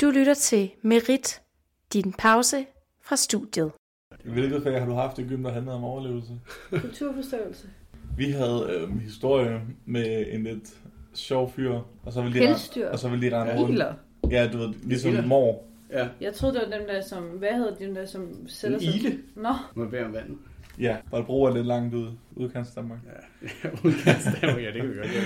Du lytter til Merit, din pause fra studiet. Hvilket fag har du haft i gym, der handlede om overlevelse? Kulturforståelse. Vi havde øhm, historie med en lidt sjov fyr, og så ville de, Pelsdyr. og så ville de rende Ja. rundt. Iler. Ja, du ved, ligesom Iler. mor. Ja, Jeg troede, det var dem der, som... Hvad hedder de dem der, som sælger en sig? ile Nå, må være om vandet. Ja, Bolbro er lidt langt ude, udkants Danmark. Ja, udkast Danmark, ja, det kan vi godt gøre.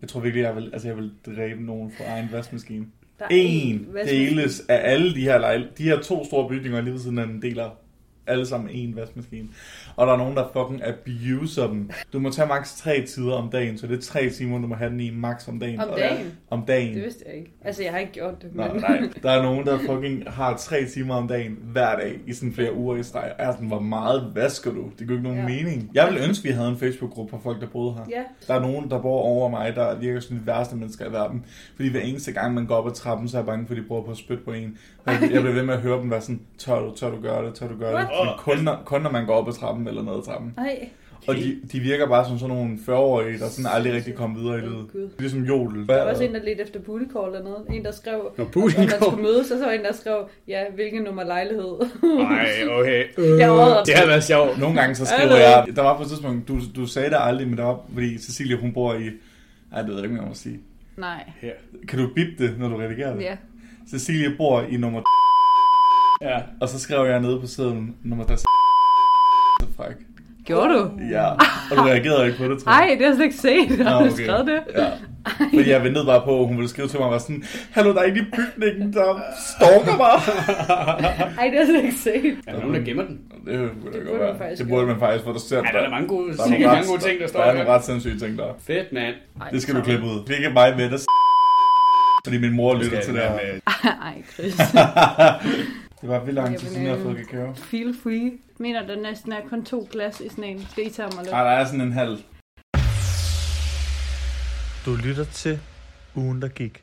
Jeg tror virkelig, jeg vil, altså, jeg vil dræbe nogen for egen vaskemaskine. der er En Hvad deles af alle de her lejl- De her to store bygninger lige ved siden af den deler alle sammen en vaskemaskine. Og der er nogen, der fucking abuser dem. Du må tage maks tre tider om dagen, så det er tre timer, du må have den i maks om dagen. Om Og- dagen? Om dagen. Det vidste jeg ikke. Altså, jeg har ikke gjort det, Nå, men... nej. Der er nogen, der fucking har tre timer om dagen hver dag i sådan flere uger i streg. Og jeg er sådan, hvor meget vasker du? Det gør ikke nogen ja. Ja. mening. Jeg ville ønske, vi havde en Facebook-gruppe for folk, der boede her. Ja, Der er nogen, der bor over mig, der virker som de værste mennesker i verden. Fordi hver eneste gang, man går op ad trappen, så er jeg bange for, at de bruger på at spytte på en. Og Jeg jeg bliver ved med at høre dem være sådan, tør du, tør du gøre det, tør du gøre det. What? Men kun, når, kun når man går op ad trappen eller ned ad trappen. nej. Og de, de virker bare som sådan nogle 40-årige, der sådan aldrig rigtig kom videre i livet. Gud. Ligesom Jodel. Der var også en, der ledte efter bootycall eller noget. En, der skrev, Når om Putin man kom. skulle mødes, og så var en, der skrev, ja, hvilken nummer lejlighed. Nej, okay. Øh, Jeg overhovedet- Det havde været sjovt. Nogle gange så skriver jeg, der var på et tidspunkt, du, du sagde det aldrig, men der var, fordi Cecilie, hun bor i, ej, det ved jeg ikke, hvad jeg må sige. nej. Her. Kan du bip det, når du redigerer det? Ja. Cecilie bor i nummer Ja. Og så skrev jeg nede på siden, nummer der så fræk. Gjorde du? Ja, og du reagerede ikke på det, tror Nej, det har jeg slet ikke set. Har Nå, du okay. skrevet det? Ja. Fordi jeg ventede bare på, at hun ville skrive til mig, og var sådan, Hallo, der er ikke i bygningen, der stalker mig. Nej, det har jeg slet ikke set. Er der nogen, der gemmer den? Det burde, det burde man burde, faktisk det burde man faktisk, for der ser... Ja, der er da mange gode, der er sikkert ret- mange gode ting, der står Der er nogle her. ret sindssyge ting der. Fedt, mand. Ej, Det skal du klippe ud. Det er ikke mig med, der s- fordi min mor lytter til det her. Nej, Chris. Det var vildt lang Jeg tid vil siden, jeg har lave- fået kakao. Feel free. Mener, der næsten er kun to glas i sådan en. Skal I tage mig lidt? Ej, Ah, der er sådan en halv. Du lytter til ugen, der gik.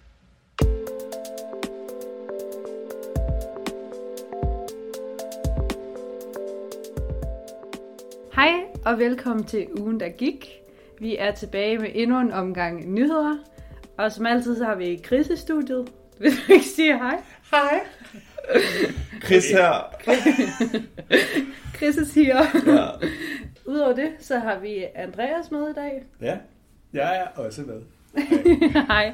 Hej og velkommen til ugen, der gik. Vi er tilbage med endnu en omgang nyheder. Og som altid så har vi Chris i studiet. Vil du ikke sige hej? Hej. Chris her. Chris siger. Ja. Udover det, så har vi Andreas med i dag. Ja. Jeg er også med. hej.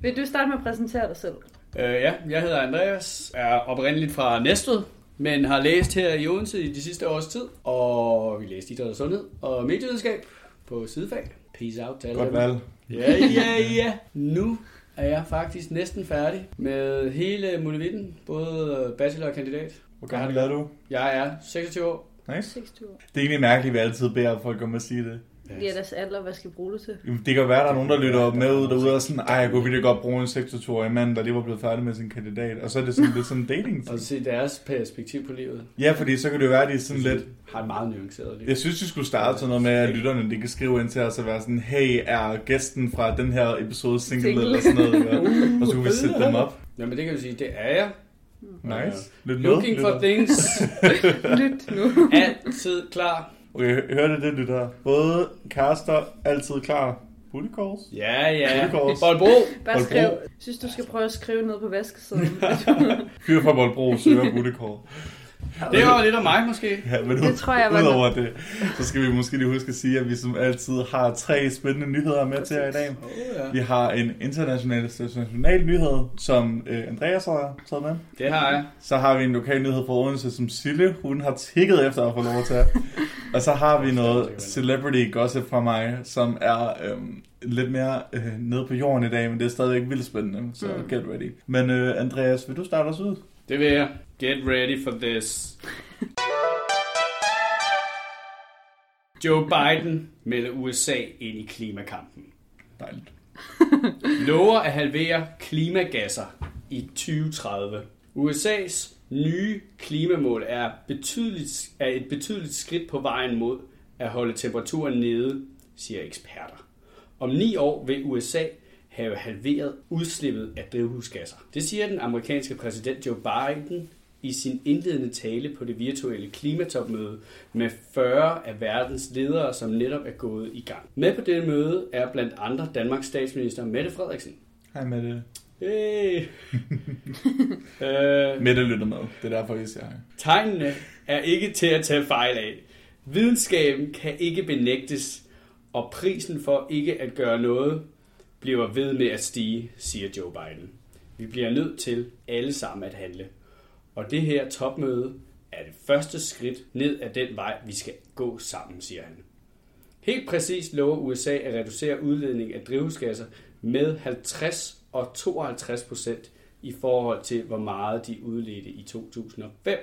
Vil du starte med at præsentere dig selv? Øh, ja, jeg hedder Andreas, er oprindeligt fra Næstved, men har læst her i Odense i de sidste års tid, og vi læste idræt og sundhed og medievidenskab på sidefag. Peace out til alle Godt dem. valg. Ja, ja, ja. Nu er jeg faktisk næsten færdig med hele muligheden, både bachelor og kandidat. Hvor gammel er du? Jeg er 26 år. Nice. 26 år. Det er egentlig mærkeligt, at vi altid beder folk om at sige det. Det er deres alder, hvad skal jeg bruge det til? Jamen, Det kan være, der er nogen, der lytter med ud derude og sådan, ej, jeg kunne virkelig godt bruge en 26-årig mand, der lige var blevet færdig med sin kandidat. Og så er det sådan lidt sådan en dating. Og se deres perspektiv på livet. Ja, fordi så kan det jo være, at de er sådan lidt... Har et meget nuanceret liv. Jeg synes, vi skulle starte sådan noget med, at lytterne de kan skrive ind til os og være sådan, hey, er gæsten fra den her episode single, Single. single. eller sådan noget? Ja. Og så kunne vi sætte dem op. Jamen det kan vi sige, det er jeg. Nice. Lyt med. Looking for lytter. things. Lyt nu. Altid klar. Okay, hø- hørte det, lytter? Både Karster, altid klar. Booty calls? Ja, ja. Guldkors. Boldbro. Bare Holbro. skriv. Jeg synes, du skal prøve at skrive noget på vaskesedlen. Fyr fra Voldbro søger booty call. Det var lidt om mig måske. Ja, men Det tror jeg var udover det, så skal vi måske lige huske at sige, at vi som altid har tre spændende nyheder med til jer i dag. Oh, ja. Vi har en international international nyhed, som øh, Andreas har taget med. Det har jeg. Så har vi en lokal nyhed fra Odense, som Sille, hun har tækket efter at få lov at tage. Og så har vi noget celebrity gossip fra mig, som er øhm, lidt mere øh, nede på jorden i dag, men det er stadigvæk vildt spændende, så Mm. get ready. Men øh, Andreas, vil du starte os ud? Det vil jeg. Get ready for this. Joe Biden melder USA ind i klimakampen. Dejligt. Lover at halvere klimagasser i 2030. USA's nye klimamål er, betydeligt, er et betydeligt skridt på vejen mod at holde temperaturen nede, siger eksperter. Om ni år vil USA have halveret udslippet af drivhusgasser. Det siger den amerikanske præsident Joe Biden i sin indledende tale på det virtuelle klimatopmøde med 40 af verdens ledere, som netop er gået i gang. Med på dette møde er blandt andre Danmarks statsminister Mette Frederiksen. Hej med det. Hey. Øh, Mette lytter med. Det er derfor, vi siger hej. tegnene er ikke til at tage fejl af. Videnskaben kan ikke benægtes, og prisen for ikke at gøre noget bliver ved med at stige, siger Joe Biden. Vi bliver nødt til alle sammen at handle. Og det her topmøde er det første skridt ned ad den vej, vi skal gå sammen, siger han. Helt præcist lover USA at reducere udledning af drivhusgasser med 50 og 52 procent i forhold til, hvor meget de udledte i 2005.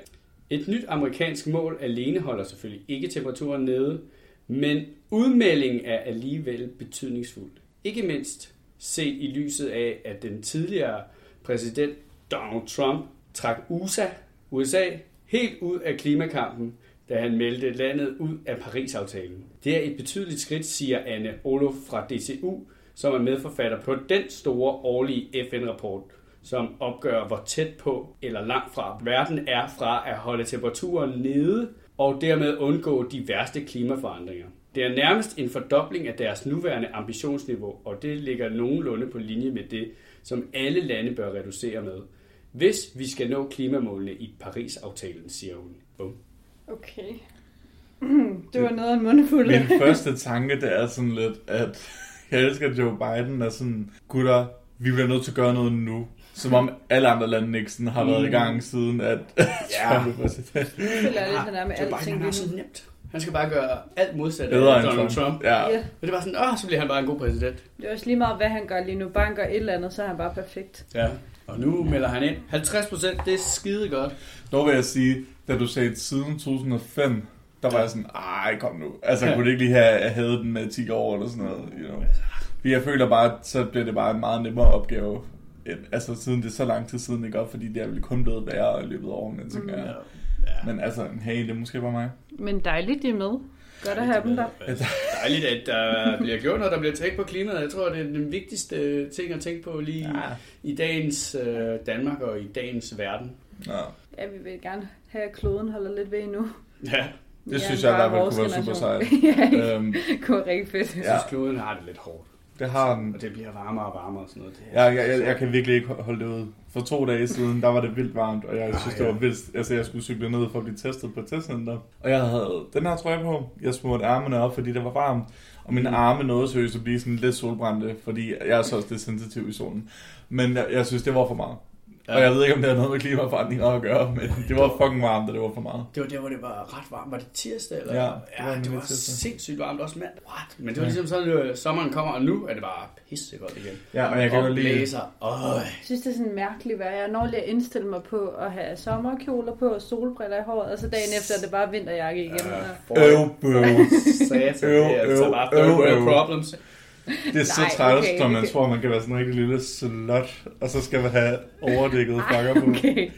Et nyt amerikansk mål alene holder selvfølgelig ikke temperaturen nede, men udmeldingen er alligevel betydningsfuld. Ikke mindst set i lyset af, at den tidligere præsident Donald Trump trak USA, USA helt ud af klimakampen, da han meldte landet ud af Paris-aftalen. Det er et betydeligt skridt, siger Anne Olof fra DCU, som er medforfatter på den store årlige FN-rapport, som opgør, hvor tæt på eller langt fra verden er fra at holde temperaturen nede og dermed undgå de værste klimaforandringer. Det er nærmest en fordobling af deres nuværende ambitionsniveau, og det ligger nogenlunde på linje med det, som alle lande bør reducere med, hvis vi skal nå klimamålene i Paris-aftalen, siger hun. Bum. Okay. Det var noget af en mundfuld. Min første tanke, det er sådan lidt, at jeg elsker at Joe Biden er sådan, gutter, vi bliver nødt til at gøre noget nu. Som om alle andre lande ikke sådan har været i gang siden, at Ja. Trump er præsident. Jeg føler lidt, han er med Joe Biden alting har lige så nu. nemt. Han skal bare gøre alt modsat af Bedre end Donald Trump. Trump. Trump. Ja. Ja. Men det var sådan, åh, så bliver han bare en god præsident. Det er også lige meget, hvad han gør lige nu. Bare han gør et eller andet, så er han bare perfekt. Ja. Og nu melder han ind. 50 procent, det er skide godt. Dog vil jeg sige, da du sagde siden 2005, der var jeg sådan, ej, kom nu. Altså, jeg kunne ikke lige have havde den med 10 år eller sådan noget, you know. Fordi jeg føler bare, at så bliver det bare en meget nemmere opgave. end- Altså, siden det er så lang tid siden, ikke? Og fordi det er vel kun blevet værre i løbet af årene, Mm. tænker jeg. Men altså, hey, det er måske bare mig. Men dejligt, de er med. Godt at have dem der. Dejligt, at der bliver gjort noget, der bliver tænkt på klimaet. Jeg tror, det er den vigtigste øh, ting at tænke på lige ja. Ja. i dagens øh, Danmark og i dagens verden. Nå. Ja, vi vil gerne have, at kloden holder lidt ved endnu. Ja, Det Ja, synes jeg i bare hvert fald vores kunne være super sejt. generation. ja, øhm, det kunne være rigtig fedt. jeg Ja. synes, kloden har det lidt hårdt. det har den. Og det bliver varmere og varmere og sådan noget. Det er- Jeg, jeg, jeg, jeg kan virkelig ikke holde det ud. For to dage siden, der var det vildt varmt, og jeg Ah, synes, ja. det var vildt. Altså, jeg skulle cykle ned for at blive testet på et testcenter. Og jeg havde den her trøje på. Jeg smurte armene op, fordi det var varmt. Og mine arme nåede seriøst at blive sådan lidt solbrændte, fordi jeg er så også lidt sensitiv i solen. Men jeg, jeg synes, det var for meget. Ja. Og jeg ved ikke, om det har noget med klimaforandringer at gøre, men det var fucking varmt, og det var for meget. Det var der, hvor det var ret varmt. Var det tirsdag? Eller? Ja, ja, det var det var, nemlig det var tirsdag. sindssygt varmt også mandag. What? Men det var ligesom sådan, at sommeren kommer, og nu er det bare pissegodt igen. Ja, og jeg kan og godt lide- blæser. Øj. Jeg synes, det er sådan mærkeligt vejr. Jeg når lige at indstille mig på at have sommerkjoler på og solbriller i håret, og så dagen efter er det bare vinterjakke igen. Ja. Øv, bøv. Satan, det er Øv, altså øv, bare øv, third world øv. problems. Det er så Nej, træls, okay, når man det- tror, man kan være sådan en rigtig lille slot, og så skal man have overdækket pakker på. Okay.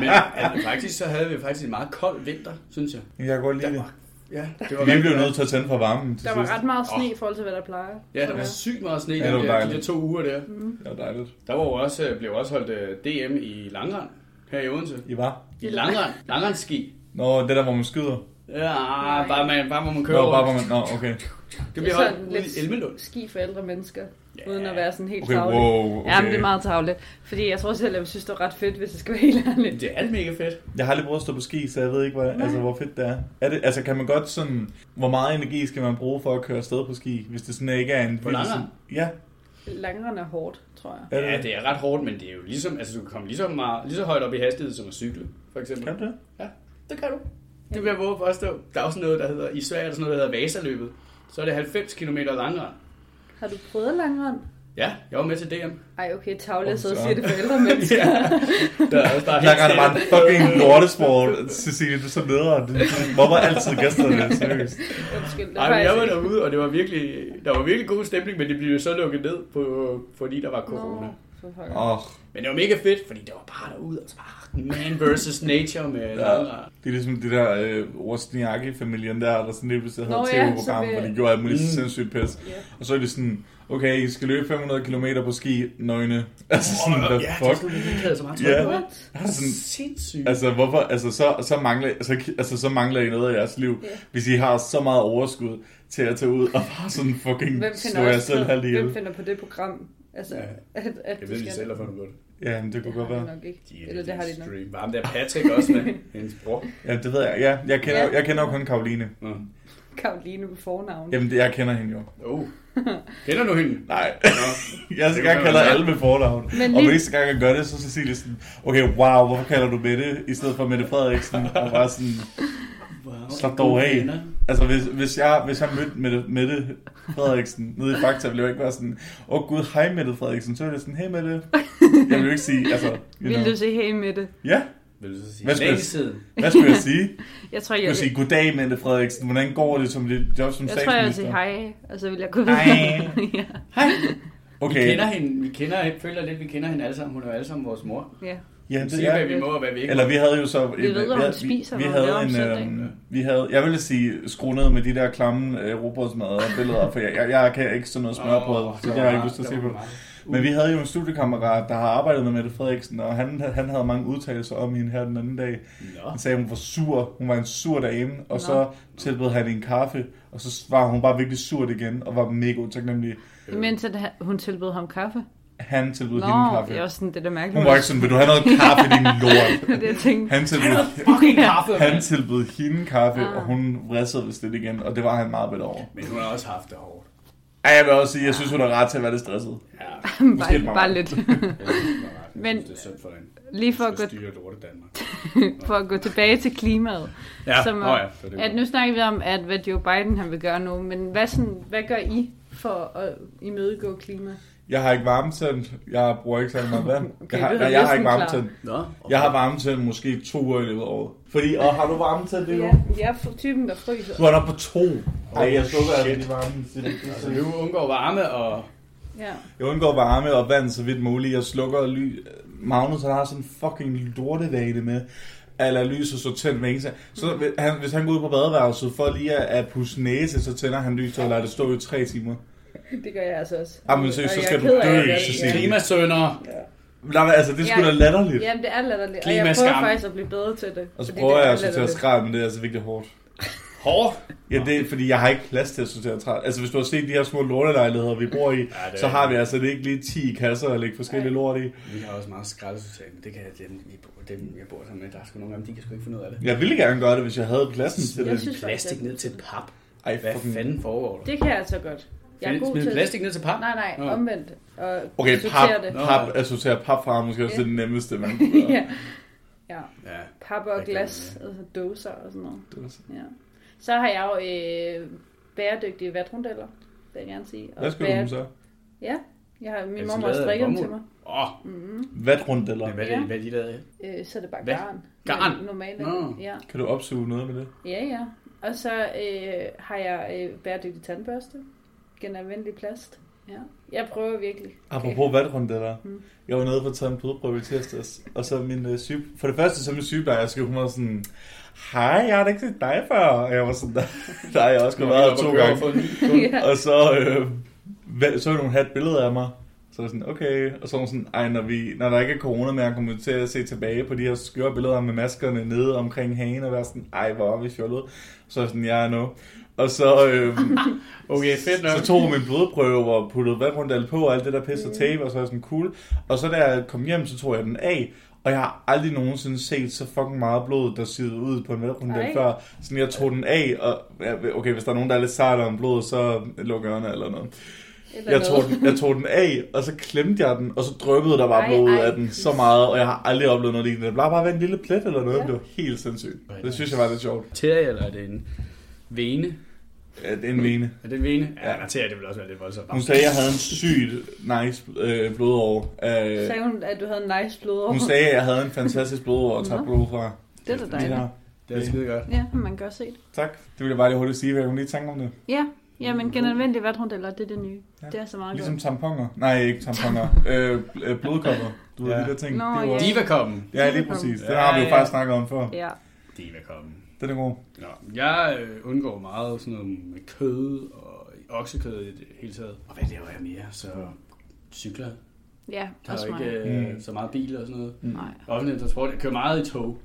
Men altså, faktisk så havde vi faktisk en meget kold vinter, synes jeg. Jeg kan godt lide det. Der var, ja, det var Vi blev rigtig- nødt til at tænde for varmen til Der var sidst. ret meget sne i forhold til, hvad der plejer. Ja, der var sygt meget sne i Ja, de, det var der, de dejligt. der to uger der. Det var dejligt. Der var jo også, blev også holdt øh, DM i langrand her i Odense. I var? I langrand. Langrendsski. Nå, det der, hvor man skyder. Ja, bare, man, bare hvor man Nå, kører bare hvor rundt. man... Nå, okay. Det bliver Det er holdt sådan ude lidt- i Elmelund. Ski for ældre mennesker, Ja. uden at være sådan helt Okay, travle. wow. Okay. Ja, men det er meget travle. Fordi jeg tror selv, at jeg synes, det er ret fedt, hvis jeg skal være helt ærlig. Det er alt mega fedt. Jeg har aldrig prøvet at stå på ski, så jeg ved ikke, hvor, altså, hvor fedt det er. er det, altså, kan man godt sådan... Hvor meget energi skal man bruge for at køre afsted på ski, hvis det sådan ikke er en... På vild- langrend? Ja, Langrende er hårdt, tror jeg. er det, Ja, det er ret hårdt, men det er jo ligesom, altså du kan komme lige så, meget, lige så højt op i hastighed som at cykle, for eksempel. Kan du det? Ja, det kan du. Det vil jeg våge at påstå. Der er også noget, der hedder, i Sverige er der sådan noget, der hedder Vasaløbet. Så er det 90 km langere. Har du prøvet langrende? Ja, jeg var med til DM. Ej, okay, tavle, så Åh, så. siger det for ældre mennesker. Ja. Der er også bare Der er bare en stille. fucking lortesport, Cecilie, du er så nederen. Hvorfor altid gæsterne det, seriøst? Undskyld, det Ej, men jeg var ikke- derude, og det var virkelig, der var virkelig god stemning, men det blev jo så lukket ned, på, fordi der var corona. Nå, for pokker. Åh, oh, Men det var mega fedt, fordi det var bare derude, og så bare man versus nature med ja. det er ligesom det der øh, Wozniacki-familien der, der sådan lige pludselig havde Nå et ja, tv-program, som, øh, hvor de gjorde alt muligt Mm. mm. sindssygt pis. Ja. Og så er det sådan, okay, I skal løbe 500 km på ski, nøgne. Altså sådan, Åh, hvad ja, det er fuck? sådan, at de havde så meget tøj Ja. på. What? Sådan, Sindssygt. altså, hvorfor, altså, så, så, mangler, så, altså, så mangler I noget af jeres liv, Ja. hvis I har så meget overskud til at tage ud og bare sådan fucking Hvem slå finder, jer også selv på, halvt hvem ihjel. finder på det program? Altså, Ja. at, at Jeg du ved, skal... de selv har fundet på det. Ja, men det kunne Det godt har de være. nok ikke. De er Eller det har de nok. stream. Var ham der Patrick også med? Hendes bror. Ja, det ved jeg. Ja, jeg kender, Ja. jeg kender jo kun Karoline. Nå. Karoline på fornavn. Jamen, det, jeg kender hende jo. Oh. Kender du hende? Nej. Nå. Jeg Det skal kan gerne kalde være. alle med fornavn. Men Og lige- hver eneste gang, jeg gør det, så er Cecilie sådan, okay, wow, hvorfor kalder du Mette i stedet for Mette Frederiksen? Og bare sådan, Wow, slap dog af. Altså, hvis, hvis, jeg, hvis jeg mødte Mette, Mette Frederiksen nede i Fakta, ville jeg jo ikke være sådan, åh oh, gud, hej Mette Frederiksen. Så ville jeg sådan, hey Mette. Jeg ville jo ikke sige, altså, you Vil know. du se hey med det? Ja, Vil du så sige? Hvad skal Længe jeg- siden. hvad skulle jeg sige? Jeg tror, Jeg jeg, skulle sige, goddag Mette Frederiksen, hvordan går det som dit job som jeg, tror, jeg vil statsminister? sige hej, og så vil jeg gå videre. Hej. ja. Hej. Okay. Vi Okay, kender hende. Vi kender hende. Føler lidt, vi kender hende alle sammen. Hun er jo alle sammen vores mor. ja. ja, Hun det siger, er hvad vi må og hvad vi ikke må. Eller vi havde jo så... Vi ved, hvad hun spiser, vi, vi hvad havde hun laver om en, søndagen. øh, vi havde, jeg ville sige, skru ned med de der klamme øh, robotsmadder billeder, for jeg, jeg, jeg kan ikke sådan noget smør på, Åh, oh, så der det har jeg var- ikke lyst til at der se var på. meget. Men Uh. vi havde jo en studiekammerat, der har arbejdet med Mette Frederiksen, og han, han havde mange udtalelser om hende her den anden dag. Nå. Han sagde, at hun var sur. Hun var en sur dame, og Nå. så tilbød han en kaffe, og så var hun bare virkelig surt igen, og var mega utaknemmelig. Mens at han- hun tilbød ham kaffe. Han tilbød Nå, hende en det er kaffe. også sådan, det der mærkeligt. Hun var ikke sådan, vil du have noget kaffe, din lort? det, jeg tænkte. Han tilbød, Fucking kaffe, Han mand. tilbød hende kaffe, ah. Ah. og hun vridsede vist lidt igen, og det var han meget bedt over. Men hun har også haft det hårdt. Ej, jeg vil også sige, jeg synes, hun er ret til at være lidt stresset. Ja. Måske bare, meget. bare lidt. Men... Men- Det er synd for hende. Lige for at, gå, Det styrer lortet Danmark. for at gå tilbage til klimaet. Ja, Som, nå ja, så er det at godt. nu snakker vi om, at hvad Joe Biden han vil gøre nu, men hvad, sådan, hvad gør I for at imødegå klima? Jeg har ikke varmetændt, jeg bruger ikke særlig meget vand. Okay, jeg har, det er nej, jeg har næsten ikke varmetændt. Nå. Jeg har varmetændt måske to uger i løbet af året. Fordi, og har du varmetændt det Ja, nu? jeg er typen, der fryser. Du er nok på to. Ej, jeg slukker shit. altså de varme. Det- det- Altså, det- nu undgår varme og... Ja. Jeg undgår varme og vand så vidt muligt. Jeg slukker ly. Magnus, han har sådan en fucking lortevane med eller lyset så tændt med eneste. Så hvis han, hvis han går ud på badeværelset for lige at, at pusse næse, så tænder han lyset og lader det stå i tre timer. Det gør jeg altså også. Ah, men seriøst, så skal du dø, Cecilie. Klimasønder. Nej, men altså, det skulle da Jeg- latterligt. Jamen, det er latterligt, og jeg Klimaskam. prøver faktisk at blive bedre til det. Og så fordi prøver det er jeg altså at sortere latterligt. skrald, men det er altså virkelig hårdt. Hårdt. Ja, det er, fordi jeg har ikke plads til at sortere skrald. Altså, hvis du har set de her små lortelejligheder, vi bor i, det er- så har vi altså ikke lige 10 kasser at lægge forskellige lort i. Vi har også meget skraldesystem, men det kan jeg dem, vi bor, dem, jeg bor sammen med. Der er sgu nogle gange, de kan sgu ikke finde ud af det. Jeg ville gerne gøre det, hvis jeg havde pladsen til Jeg det. synes Plastik faktisk, ned til pap. Ej, Hvad fucking- fanden foregår der? Det kan jeg altså godt. Jeg er god Smid til plastik ned til pap? Nej, nej, Nå. omvendt. Og Okay, pap, sortere det. pap, at sortere pap fra er måske også Ja. det nemmeste, man ja. ja. Ja. Pap Jeg og kan glas, altså dåser og sådan noget. Ja. Så har jeg jo øh, bæredygtige vatrundeller, vil jeg gerne sige. Og Hvad skal du bære- dem så? Ja, jeg har, min Altså mor har lavet af strikket dem til mig. bomuld? Åh, Vatrund eller? men hvad er det, hvad er de lavet af? Øh, så er det bare Hvad? garn. Garn? Men Normale. Nå. Ja. Kan du opsuge noget med det? ja, ja. Og så øh, har jeg øh, bæredygtig tandbørste. Genanvendelig plast. Ja. Jeg prøver virkelig. Apropos vatrundeller. Mm. Jeg var nede for at tage en blodprøve i tirsdags, og så min øh, syge... For det første, så min sygeplejerske, hun var sådan... Hej, jeg har da ikke set dig før. Og jeg var sådan, nej, der har jeg også kun været her to gange. ja. Og så, øh, hvad- så ville hun have et billede af mig. Så var jeg sådan, okay. Og så var hun sådan, ej, når, vi, når der ikke er corona mere, kommer vi til at se tilbage på de her skøre billeder med maskerne nede omkring hagen, og være sådan, ej, hvor er vi fjollet. Så var jeg sådan, ja, yeah, no. Og så, øh, Okay, fedt nok. så tog hun min blodprøve og puttede vandrundal på og alt det der Mm. pisse og tape, og så var jeg sådan, cool. Og så da jeg kom hjem, så tog jeg den af, og jeg har aldrig nogensinde set så fucking meget blod, der sidder ud på en vandrundal Ej. før. Sådan, jeg tog den af, og ja, okay, hvis der er nogen, der er lidt sejt om blod, så luk ørerne eller noget. Eller Jeg tog, noget. den, jeg tog den af, og så klemte jeg den, og så drøbbede der bare Ej, blod ud ej, af den så meget, og jeg har aldrig oplevet noget lignende. Det blev bare været en lille plet eller noget, ja. det var helt sindssygt. Ej, Det synes jeg var lidt sjovt. Arterie, eller er det en vene? Ja, det er en vene. Er det en vene? Ja, Ja. en arterie, det vil også være lidt voldsomt. Hun sagde, at jeg havde en sygt nice øh, blodår. Øh, Sagde hun, at du havde en nice blodår? Hun sagde, at jeg havde en fantastisk blodår og tak blod fra. Det er da Lige dejligt. der. Det er skide godt. Ja, man kan godt se det. Tak. Det ville jeg bare lige hurtigt sige, hvad jeg kunne lige tænke om det. Ja, ja men genanvendelige vatrundeller, det er det nye. Mm-hmm. Ja. Ja. Det er så meget Ligesom godt. tamponer. Nej, ikke tamponer. øh, bl- øh, blodkopper. Du ved, Ja. de der ting. Nå, det var- ja. Diva-koppen. Ja, lige præcis. Det Ja, har vi jo ja. faktisk snakket om før. Ja. Diva-koppen. Den er god. Nå, jeg øh, undgår meget sådan noget med kød og oksekød i det hele taget. Og hvad laver jeg mere? Så cykler. Ja, Der er også jo mig. ikke øh, Mm. så meget bil og sådan noget. øh, Nej. Offentlig transport. Jeg kører meget i tog.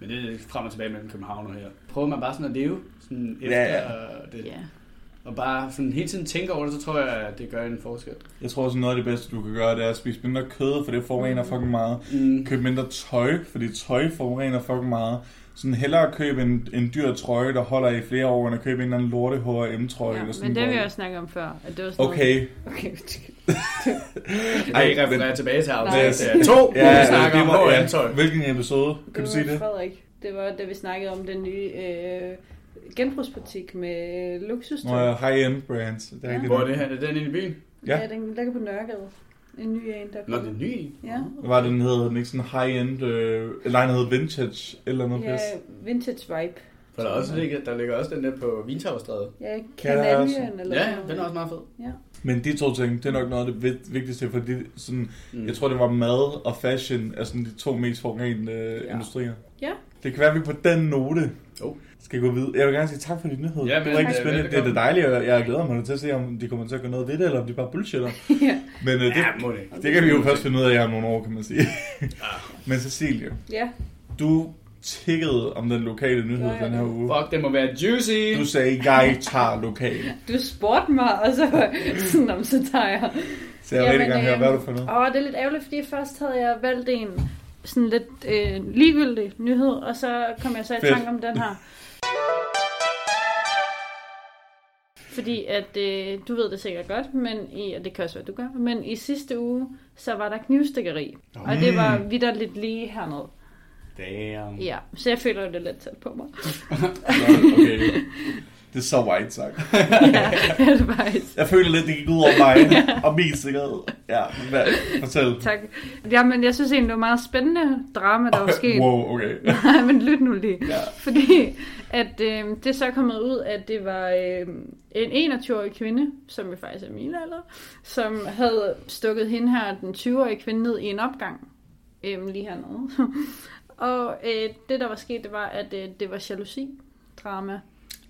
Men det er frem og tilbage mellem København og her. Prøver man bare sådan at leve sådan efter Ja, ja, ja. det. Ja. og bare sådan hele tiden tænker over det, så tror jeg, at det gør en forskel. Jeg tror også, noget af det bedste, du kan gøre, det er at spise mindre kød, for det forurener fucking meget. Mm. Køb mindre tøj, fordi tøj forurener fucking meget. Sådan hellere købe en, en dyr trøje, der holder i flere år, end at købe en eller anden lorte H&M-trøje. Ja, eller sådan men det har vi noget. også snakket om før. At det var sådan Okay. Noget. Okay, undskyld. Jeg Ej, kan ikke referere men- tilbage til Nej. afsnit øh, to, hvor vi snakker om det var- hår tøj. Hvilken episode? Kan du var sige det? Frederik. Det var, da vi snakkede om den nye øh, genbrugsbutik med luksus. Nå ja, high-end brands. Det er Ja. rigtigt. Hvor er det her? Er den inde i byen? Ja. ja. ja, den ligger på Nørregade. En ny en, der Nå, den er ny. en. Ja. Hvad var det, den hed? Den ikke sådan high-end... Øh, nej, den hed vintage eller noget pis. Ja, vintage vibe. For der, er også ligger, der ligger også den der på Vintagerstræde. Ja, også? kanalien eller Ja, sådan ja, noget. den er også meget fed. Men de to ting, det er nok noget af det vigt- vigtigste, fordi sådan, Mm. jeg tror, det var mad og fashion er sådan de to mest forurenende øh, industrier. Ja. Det kan være, at vi på den note Jo. skal gå videre. Jeg vil gerne sige tak for dit nyhed. Oh. Ja, det men, var rigtig øh, spændende. Det er velbekomme. det dejlige, og jeg glæder mig til at se, om de kommer til at gøre noget ved det, eller om de bare bullshitter. Ja. Men øh, det, Ja, må det. det kan vi jo først finde ud af her om nogle år, kan man sige. Ja. Men Cecilie, Ja, du tikkede om den lokale nyhed Nå, ja, den her det- uge. Fuck, det må være juicy. Du sagde, jeg tager lokal. du spurgte mig, og så var jeg sådan, om så tager jeg. Så jeg vil rigtig Jamen, gerne høre, øhm, hvad har du for noget? Åh, det er lidt ærgerligt, fordi først havde jeg valgt en sådan lidt øh, ligegyldig nyhed, og så kom jeg så i Fedt. tanke om den her. Fordi at, øh, du ved det sikkert godt, men i, og det kan også være, du gør, men i sidste uge, så var der knivstikkeri. Og det var vidderligt lige hernede. Damn. Ja, så jeg føler jo det er lidt tæt på mig. Nå, okay. Det er så white sagt. ja, det er det faktisk. Jeg føler lidt, det gik ud over mig og min sikkerhed. Ja, hvad? Fortæl. Tak. Jamen, jeg synes egentlig, det var meget spændende drama, der var sket. Wow, okay. Nej, men lyt nu lige. Ja. Fordi at, øh, det er så kommet ud, at det var øh, en 21-årig kvinde, som jo faktisk er min alder, som havde stukket hende her, den 20-årige kvinde, ned i en opgang. Øh, lige hernede. og øh, det, der var sket, det var, at øh, det var jalousi-drama.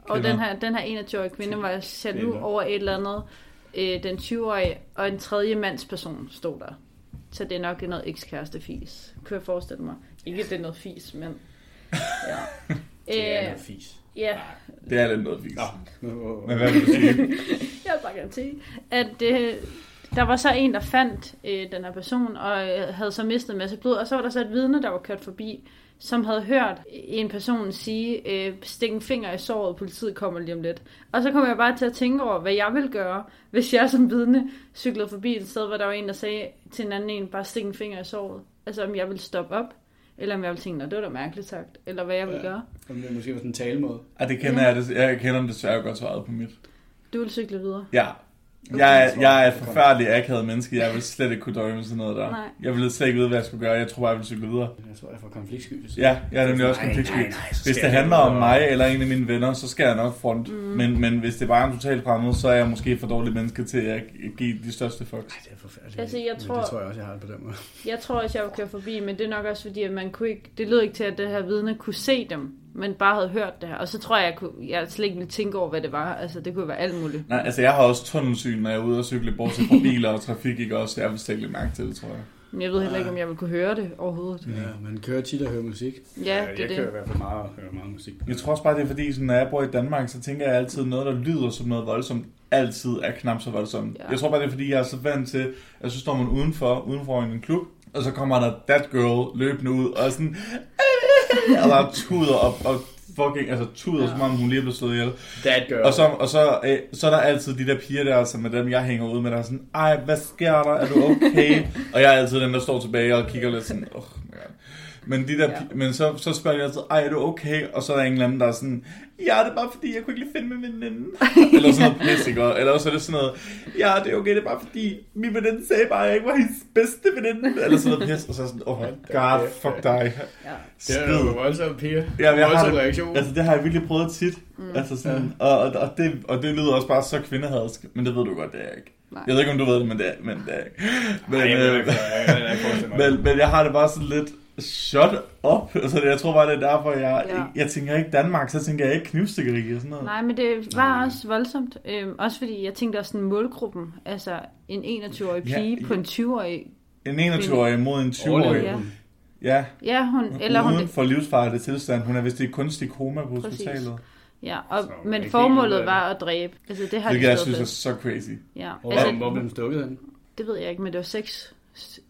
Og Kvinder. den her, den her 21-årige kvinde var jaloux Kvinder. over et eller andet. Øh, den 20-årige og en tredje mandsperson stod der. Så det er nok noget ekskæreste fis. Kunne jeg forestille mig. Ikke, at det er noget fis, men... Ja. Det er Øh, noget fis. ja, Det er lidt noget fisk. Nå. Men hvad vil du sige? jeg vil bare gerne sige, at øh, der var så en, der fandt øh, den her person, og øh, havde så mistet en masse blod, og så var der så et vidne, der var kørt forbi, som havde hørt en person sige, øh, stik en finger i såret, politiet kommer lige om lidt. Og så kom jeg bare til at tænke over, hvad jeg ville gøre, hvis jeg som vidne cyklede forbi et sted, hvor der var en, der sagde til en anden en, bare stik en finger i såret. Altså om jeg ville stoppe op, eller om jeg ville tænke, "Nå, det var da mærkeligt sagt, eller hvad jeg ville Ja. gøre. Om det måske var sådan en talemåde. Ej, det kender jeg, des- jeg kender dem desværre godt svaret på mit. Du ville cykle videre. Ja. Jeg, er- jeg er et forfærdeligt akavet menneske. Jeg vil slet ikke kunne døje med sådan noget der. Nej. Jeg ville slet ikke vide, hvad jeg skulle gøre. Jeg tror bare, jeg ville cykle videre. Jeg tror, jeg får konfliktsky. så- Ja, jeg er nemlig også Nej, konfliktsky. nej, nej, så skal Hvis det jeg handler ikke om ud og- mig eller en af mine venner, så skal jeg nok front. Mm. Men, men hvis det bare er en total fremmed, så er jeg måske for dårlig menneske til at give de største fucks. Ej, det er forfærdeligt. Altså, jeg Men tror- Det tror jeg også, jeg har det på den måde. Jeg tror også, jeg var kørt forbi, men det er nok også fordi, at man kunne ikke, det lød ikke til, at det her vidne kunne se dem, men bare havde hørt det her. Og så tror jeg, jeg, kunne, jeg slet ikke ville tænke over, hvad det var. Altså, det kunne være alt muligt. Nej, altså jeg har også tunnelsyn, når jeg er ude og cykle, bortset fra biler og trafik, ikke også? Jeg vil slet ikke lægge mærke til det, tror jeg. Men jeg ved heller ikke, om jeg ville kunne høre det overhovedet. Ja, man kører tit og hører musik. Ja, det jeg er kører i det. hvert fald meget og hører meget musik. Jeg tror også bare, det er fordi, sådan, når jeg bor i Danmark, så tænker jeg altid noget, der lyder som noget voldsomt, altid er knap så voldsomt. Ja. Jeg tror bare, det er fordi, jeg er så vant til, at så står man udenfor, udenfor i en klub, og så kommer der that girl løbende ud, og sådan, og der tuder og, og fucking, altså tuder, ja. som om hun lige er blevet slået ihjel. That girl. Og så, og så, øh, så er der altid de der piger der, som er dem, jeg hænger ud med, der er sådan, ej, hvad sker der? Er du okay? og jeg er altid den, der står tilbage og kigger lidt sådan, oh my god. Men, de der, Ja. ja. men så, så spørger jeg altid, ej, er du okay? Og så er der en eller anden, der er sådan, ja, det er bare fordi, jeg kunne ikke lige finde min veninde. eller sådan noget pis, ikke? Eller også er det sådan noget, ja, det er okay, det er bare fordi, min veninde sagde bare, at jeg ikke var hendes bedste veninde. Eller sådan noget pis, og så er jeg sådan, oh my god, fuck dig. Ja. det er Skid. jo en voldsom piger. Ja, men jeg har voldsom det- reaktion. Altså, det har jeg virkelig prøvet tit. Mm. Altså sådan, ja. og, og, og, det, og det lyder også bare så kvindehadsk, men det ved du godt, det er jeg ikke. Nej. Jeg ved ikke, om du ved det, men det er, men det er jeg ikke. Men, Ej, jeg ved øh, ikke, jeg kan ikke forestille mig det. men, men jeg har det bare sådan lidt, shut up. Altså, jeg tror bare, det er derfor, jeg, Ja. ja. jeg tænker ikke Danmark, så tænker jeg ikke knivstikkeri og sådan noget. Nej, men det var også voldsomt. Øhm, også fordi jeg tænkte også sådan målgruppen. Altså en 21-årig Ja, pige ja. på en 20-årig. En 21-årig mod en 20-årig. Overleve. Ja. Ja. ja. Ja, hun, eller hun, Uden for livsfarlig tilstand. Hun er vist i kunstig koma på Præcis. hospitalet. Ja, og, Så er der men ikke formålet helt, øh, var at dræbe. Altså, det har Hvilket jeg de synes er stået så crazy. Ja, Hvor, altså, hvor altså, blev den stukket henne? det ved jeg ikke, men det var seks...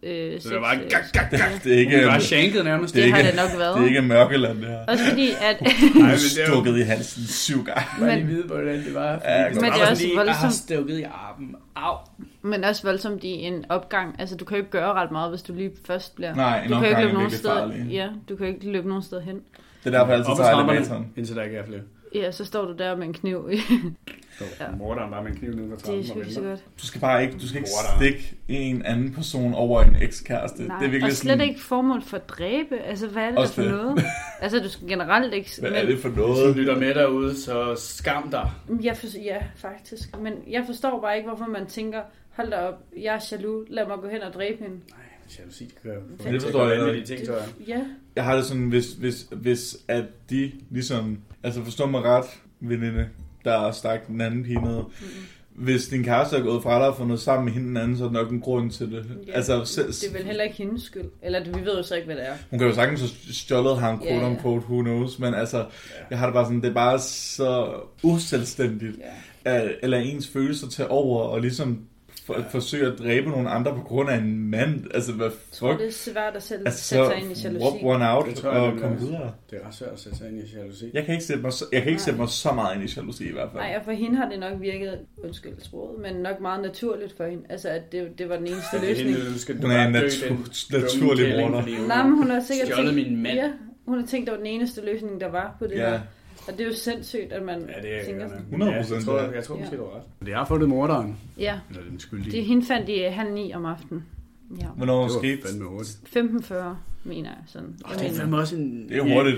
Øh, Så det var bare øh, gak, gak, gak. Det er ikke, Hun var shanket nærmest. det er det har ikke- det nok været. det er ikke mørkeland, det her. Også fordi, at... Du men det er er jo- stukket i halsen syv gange. Jeg kan men, lige vide, hvordan det var. Ja, fordi men var det er sådan også lige, voldsomt. Jeg har stukket i armen. Au. men også voldsomt i en opgang. Altså, du kan jo ikke gøre ret meget, hvis du lige først bliver... Nej, en du kan jo opgang ikke er løbe nogen virkelig steder, farlig. ja, du kan jo ikke løbe nogen steder hen. Det er derfor, jeg altid Op ad tager trapperne, elevatoren. Indtil der ikke er flere. Ja, så står du der med en kniv. Så morderen bare med en kniv ned fra trappen det er sgu og ikke så venter. godt. Du skal bare ikke, du skal ikke Morder. stikke en anden person over en ekskæreste. Nej, det er virkelig og slet ikke formål for at dræbe. Altså, hvad er det Også der for det. noget? Altså, du skal generelt ikke... Hvad er det for Hvis du noget? lytter med derude, så skam dig. Men, jeg for, ja, faktisk. Men jeg forstår bare ikke, hvorfor man tænker, hold da op, jeg er jaloux, lad mig gå hen og dræbe hende. Jalousi, det gør Men det forstår jeg ikke. ikke. ting, tror jeg. Ja, Jeg har det sådan, hvis, hvis, hvis at de ligesom, altså forstå mig ret, veninde, der stak den anden pige ned. Hvis din kæreste er gået fra dig og fundet sammen med hende den anden, så er der nok en grund til det. Ja, altså, selv, det er vel heller ikke hendes skyld. Eller det- vi ved jo så ikke, hvad det er. hun kan jo sagtens have stjålet ham, Ja, quote yeah. ja. unquote, who knows, men altså, jeg har det bare sådan, det er bare så uselvstændigt. Ja. at- eller ens følelser tage over og ligesom for, ja. forsøge at dræbe nogle andre på grund af en mand. Altså, hvad Jeg tror, fuck? det er svært at selv altså, Altså, sætte sig ind i jalousi. rub one Det out tror jeg, og det komme bliver. videre. Det er ret svært at sætte sig ind i jalousi. Jeg kan ikke sætte mig så, jeg kan ikke Nej. sætte mig så meget ind i jalousi i hvert fald. Nej, og for hende har det nok virket, undskyld sproget, men nok meget naturligt for hende. Altså, at det, det var den eneste Så det er løsning. hende, der ønsker, at du Hun er bare en dø i natu- den dumme naturlig kælling, morder. fordi hun- Nej, men hun har sikkert Stjålet min mand. Ja, hun har tænkt, det var den eneste løsning, der var på det Ja. her. Og det er jo sindssygt, at man Ja, det er tænker jeg sådan. 100% Jeg tror, det er. jeg tror Ja. måske, du har ret. Det har fundet morderen. Ja, Eller den skyldige. det er hende fandt i øh, halv ni om aftenen. Ja. Hvornår Det var skete fandme hurtigt. 15.40, mener jeg sådan. Og Jeg det er mener. fandme også en... Det er hurtigt.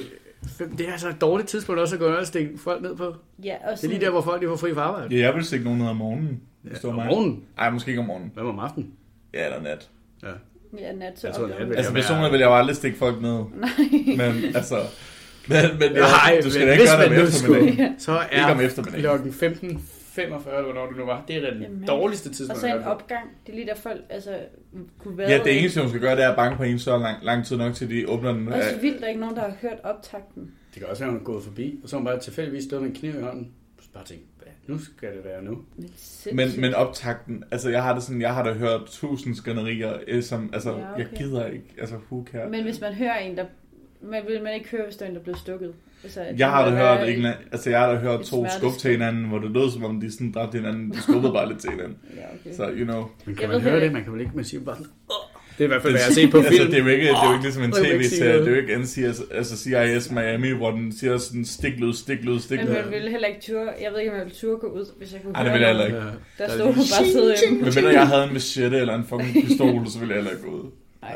Fem- Det er altså et dårligt tidspunkt også at gå ned og stikke folk ned på. Ja, og Det er sådan, lige der, hvor folk de får fri fra arbejde. Ja, jeg vil stikke nogen ned om morgenen. hvis det var om mig. morgenen? Ej, måske ikke om morgenen. Hvad med om aftenen? Ja, eller nat. Ja. ja, nat, så Jeg tror, oplever nat man- vil Altså, være- personligt vil jeg jo aldrig stikke folk ned. Men altså... Men, men det, Nej, du skal men da ikke hvis gøre det man om nu skulle, eftermiddagen. så er Ikke om eftermiddagen. klokken 15.45, eller hvornår det nu var. Det er da den Jamen, dårligste Og tidspunkt. så en at gøre det. opgang. Det er lige der folk altså, kunne være. Ja, det eneste, hun skal gøre, det er at banke på en så lang, lang tid nok, til de åbner den. øh, Også af- vildt, der er ikke nogen, der har hørt optakten. Det kan også være, at hun er gået forbi, og så har hun bare tilfældigvis stået med en kniv i hånden. Så bare tænkt, hvad nu skal det være nu? Men, Men, sindssygt. men optakten, altså jeg har det sådan, jeg har da hørt tusind skænderier, øh, som, altså Ja, ja, okay. okay. jeg gider ikke, altså who cares. men hvis man hører en, der... Man vil man ikke høre, hvis der er en, der blev stukket. Altså, at jeg har det da må hørt, være- en, eller- altså jeg har da hørt to et skub smerteskub. til hinanden, hvor det lød som om de sådan dræbte hinanden, de skubbede bare lidt til hinanden. Ja, okay. Så you know. Men kan Jeg man høre ved heller det? ikke. Man kan vel ikke, man siger bare sådan, "Åh." Det er i hvert fald, hvad jeg har set på altså, film. det er jo ikke, det er jo ikke ligesom en Åh, jeg vil ikke sige tv-serie, noget. det er jo ikke NCIS, altså CIS Miami, hvor den siger sådan stik lyd, stik lyd, stik Men lyd. man ville heller ikke ture... Jeg ved ikke, om jeg ville ture gå ud, hvis jeg kunne Ej, det høre ville jeg heller nogen, ikke. Ja. Der Der stod er og bare sidde hjemme. Men mindre jeg havde en machete eller en fucking pistol, så ville jeg heller ikke gå ud. Nej,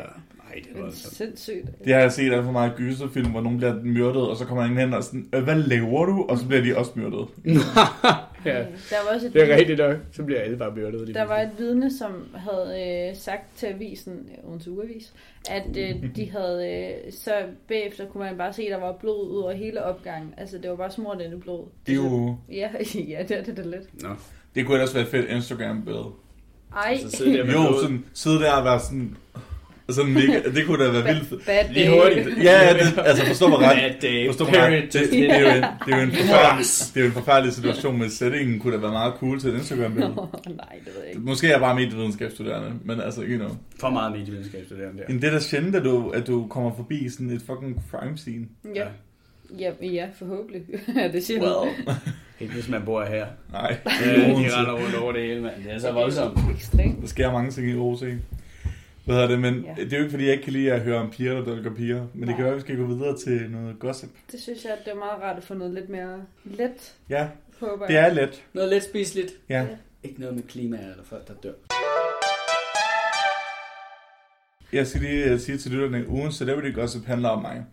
Nej, det det var er altså... sindssygt. Det har jeg set alt for meget gyserfilm, hvor nogen bliver myrdet, og så kommer en hen og sådan, "Øh, hvad laver du? Og så bliver de også myrdet. ja, Der var også et det er rigtigt nok. Så bliver alle bare myrdet. lige Der var pludselig. et vidne, som havde øh, sagt til avisen, øh, Odense Ugeavis, at øh, de havde, øh, så bagefter kunne man bare se, at der var blod ud over hele opgangen. Altså, det var bare smurt ind i blod. Det er jo... Ja, ja, det er det da lidt. Nå, Det kunne ellers være et fedt Instagram-billede. Ej, Altså, så sidder der med Jo, blodet. sådan, sidde der og være sådan... altså, Sådan mega, det kunne da være vildt fedt. bad Lige day. hurtigt. Ja, ja, det, altså forstå mig ret. Bad day, Forstå mig period, ret. Det, just det, hit. er jo en, det er jo en forfærdelig, det er jo en forfærdelig situation, men settingen kunne da være meget cool til et Instagram-billede. Åh, nej, det ved jeg ikke. Måske er jeg bare medievidenskabsstuderende, men altså, you know. For meget medievidenskab, det der. Men det er da sjældent, at du, at du kommer forbi sådan et fucking crime scene. Ja, ja, ja forhåbentlig. Ja, det siger Well. du. Ikke hvis man bor her. Nej. Ja, de render rundt over det hele, mand. Det er så voldsomt. Ekstremt. Der sker mange ting i OC. Hvad hedder det, men Ja. ja. det er jo ikke fordi, jeg ikke kan lide at høre om piger, der dolker piger. Men det Nej. kan være, at vi skal gå videre til noget gossip. Det synes jeg, det er meget rart at få noget lidt mere let, Ja, håber det jeg. er let. Noget let spiseligt. Ja. Ikke noget med klima eller folk, der dør. Jeg skal lige øh, sige til lytterne, at ugen celebrity gossip handler om mig.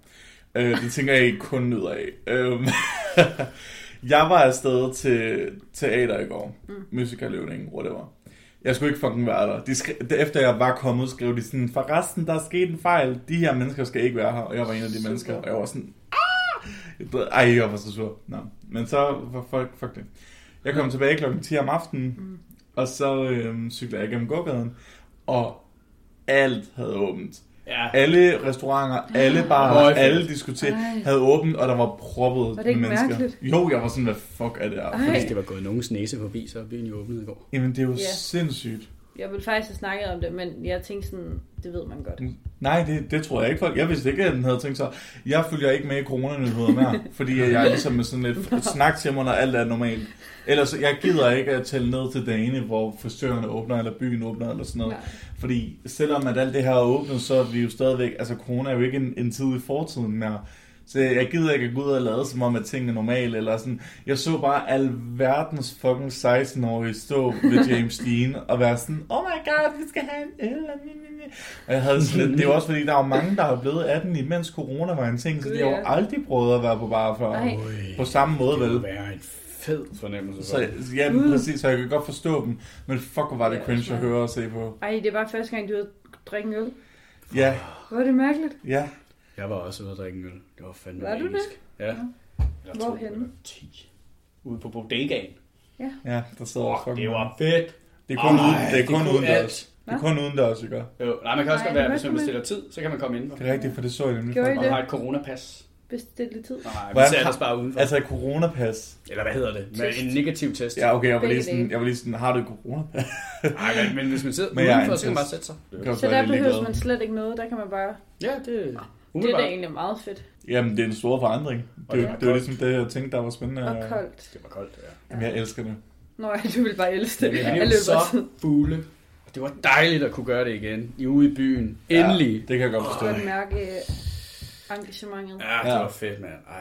Øh, det tænker jeg ikke kun nyder af. Øh, jeg var afsted til teater i går. Mm. Musicaløvning, whatever. Jeg skulle ikke fucking være der. De skre- efter jeg var kommet, skrev de sådan, for resten, der er sket en fejl. De her mennesker skal ikke være her. Og jeg var en af de Super. mennesker. Og jeg var sådan, "Ah!" Ej, jeg var så sur. Nå. Men så, fuck, fuck det. Jeg kom tilbage klokken 10 om aftenen. Mm. Og så øhm, cyklede jeg gennem gågaden. Og alt havde åbent. Ja. Alle restauranter, alle barer, Højfest. alle diskotek Ej. havde åbent, og der var proppet Var det ikke mennesker. mærkeligt? Ah. Jo, jeg var sådan, hvad fuck er det her? Ej. Hvis det var gået nogens næse forbi, så er byen jo åbnet i går. Jamen, det er jo Ja. sindssygt. Jeg ville faktisk have snakket om det, men jeg tænkte sådan, det ved man godt. Nej, det, det tror jeg ikke, folk. Jeg vidste ikke, at den havde tænkt sig. Jeg følger ikke med i coronanyheder mere, fordi jeg er ligesom med sådan lidt et snak til mig, når alt er normalt. Ellers, jeg gider ikke at tælle ned til dagene, hvor forstørrende åbner, eller byen åbner, eller sådan noget. Nej. Fordi selvom at alt det her er åbnet, så er vi jo stadigvæk, altså corona er jo ikke en, en tid i fortiden mere. Så jeg gider ikke at gå ud og lade som om, at tingene er normale, eller sådan. Jeg så bare al verdens fucking 16-årige stå ved James Dean og være sådan, oh my god, vi skal have en øl, og mi, mi, mi. Og jeg havde sådan lidt, det er jo også fordi, der er jo mange, der er blevet 18, imens corona var en ting, så de har jo Gud, ja. aldrig prøvet at være på bar før. Nej. På samme måde, Det vel? ville være en fed fornemmelse. Så, ja, præcis, så jeg kan godt forstå dem, men fuck, hvor var det Mm. Ja, cringe smart. at høre og se på. Ej, det var første gang, du havde drikket øl. Ja, Var det mærkeligt? ja. Jeg var også ude at drikke en øl. Det var fandme Var du magisk. Ja. Eller to, Hvorhenne? eller ti. Ude på bodegaen. Ja, der sidder Åh, også fucking det var mange. fedt. Det er kun, Ej, uden, det er kun kunne udendørs. alt. Det er kun udendørs, ikke? Jo, nej, man kan også Nej, godt være, det hvis man kan man. bestiller tid, så kan man komme indenfor. Det er rigtigt, for det så jeg nemlig. Gjorde I før. Og har et coronapas. Bestille tid. Nej, vi Hvordan sætter har- os bare udenfor. Altså et coronapas. Eller hvad hedder det? Med Test. en negativ test. Ja, okay, jeg var lige Begge sådan, dele. jeg var lige sådan har du et coronapas? Ej, men- men hvis man sidder Men jeg er udenfor, en så kan man bare test. sætte sig. Det kan også Så være, der det er behøver ligeglad. man slet ikke noget. Der kan man bare... Ja, det Det er da umiddelbart. egentlig meget fedt. Jamen, det er en stor forandring. det Det, det, var det var koldt. ligesom det, jeg tænkte, der var spændende. Og koldt. Det var koldt, ja. Jamen, jeg elsker det. Nå, ja, du ville bare elske det. Vi Jeg blev løber så fulde. Og Det var dejligt at kunne gøre det igen. I ude i byen. Endelig. Ja, det kan jeg godt forstå. godt mærke øh, engagementet. Ja, det var fedt, mand. Ej,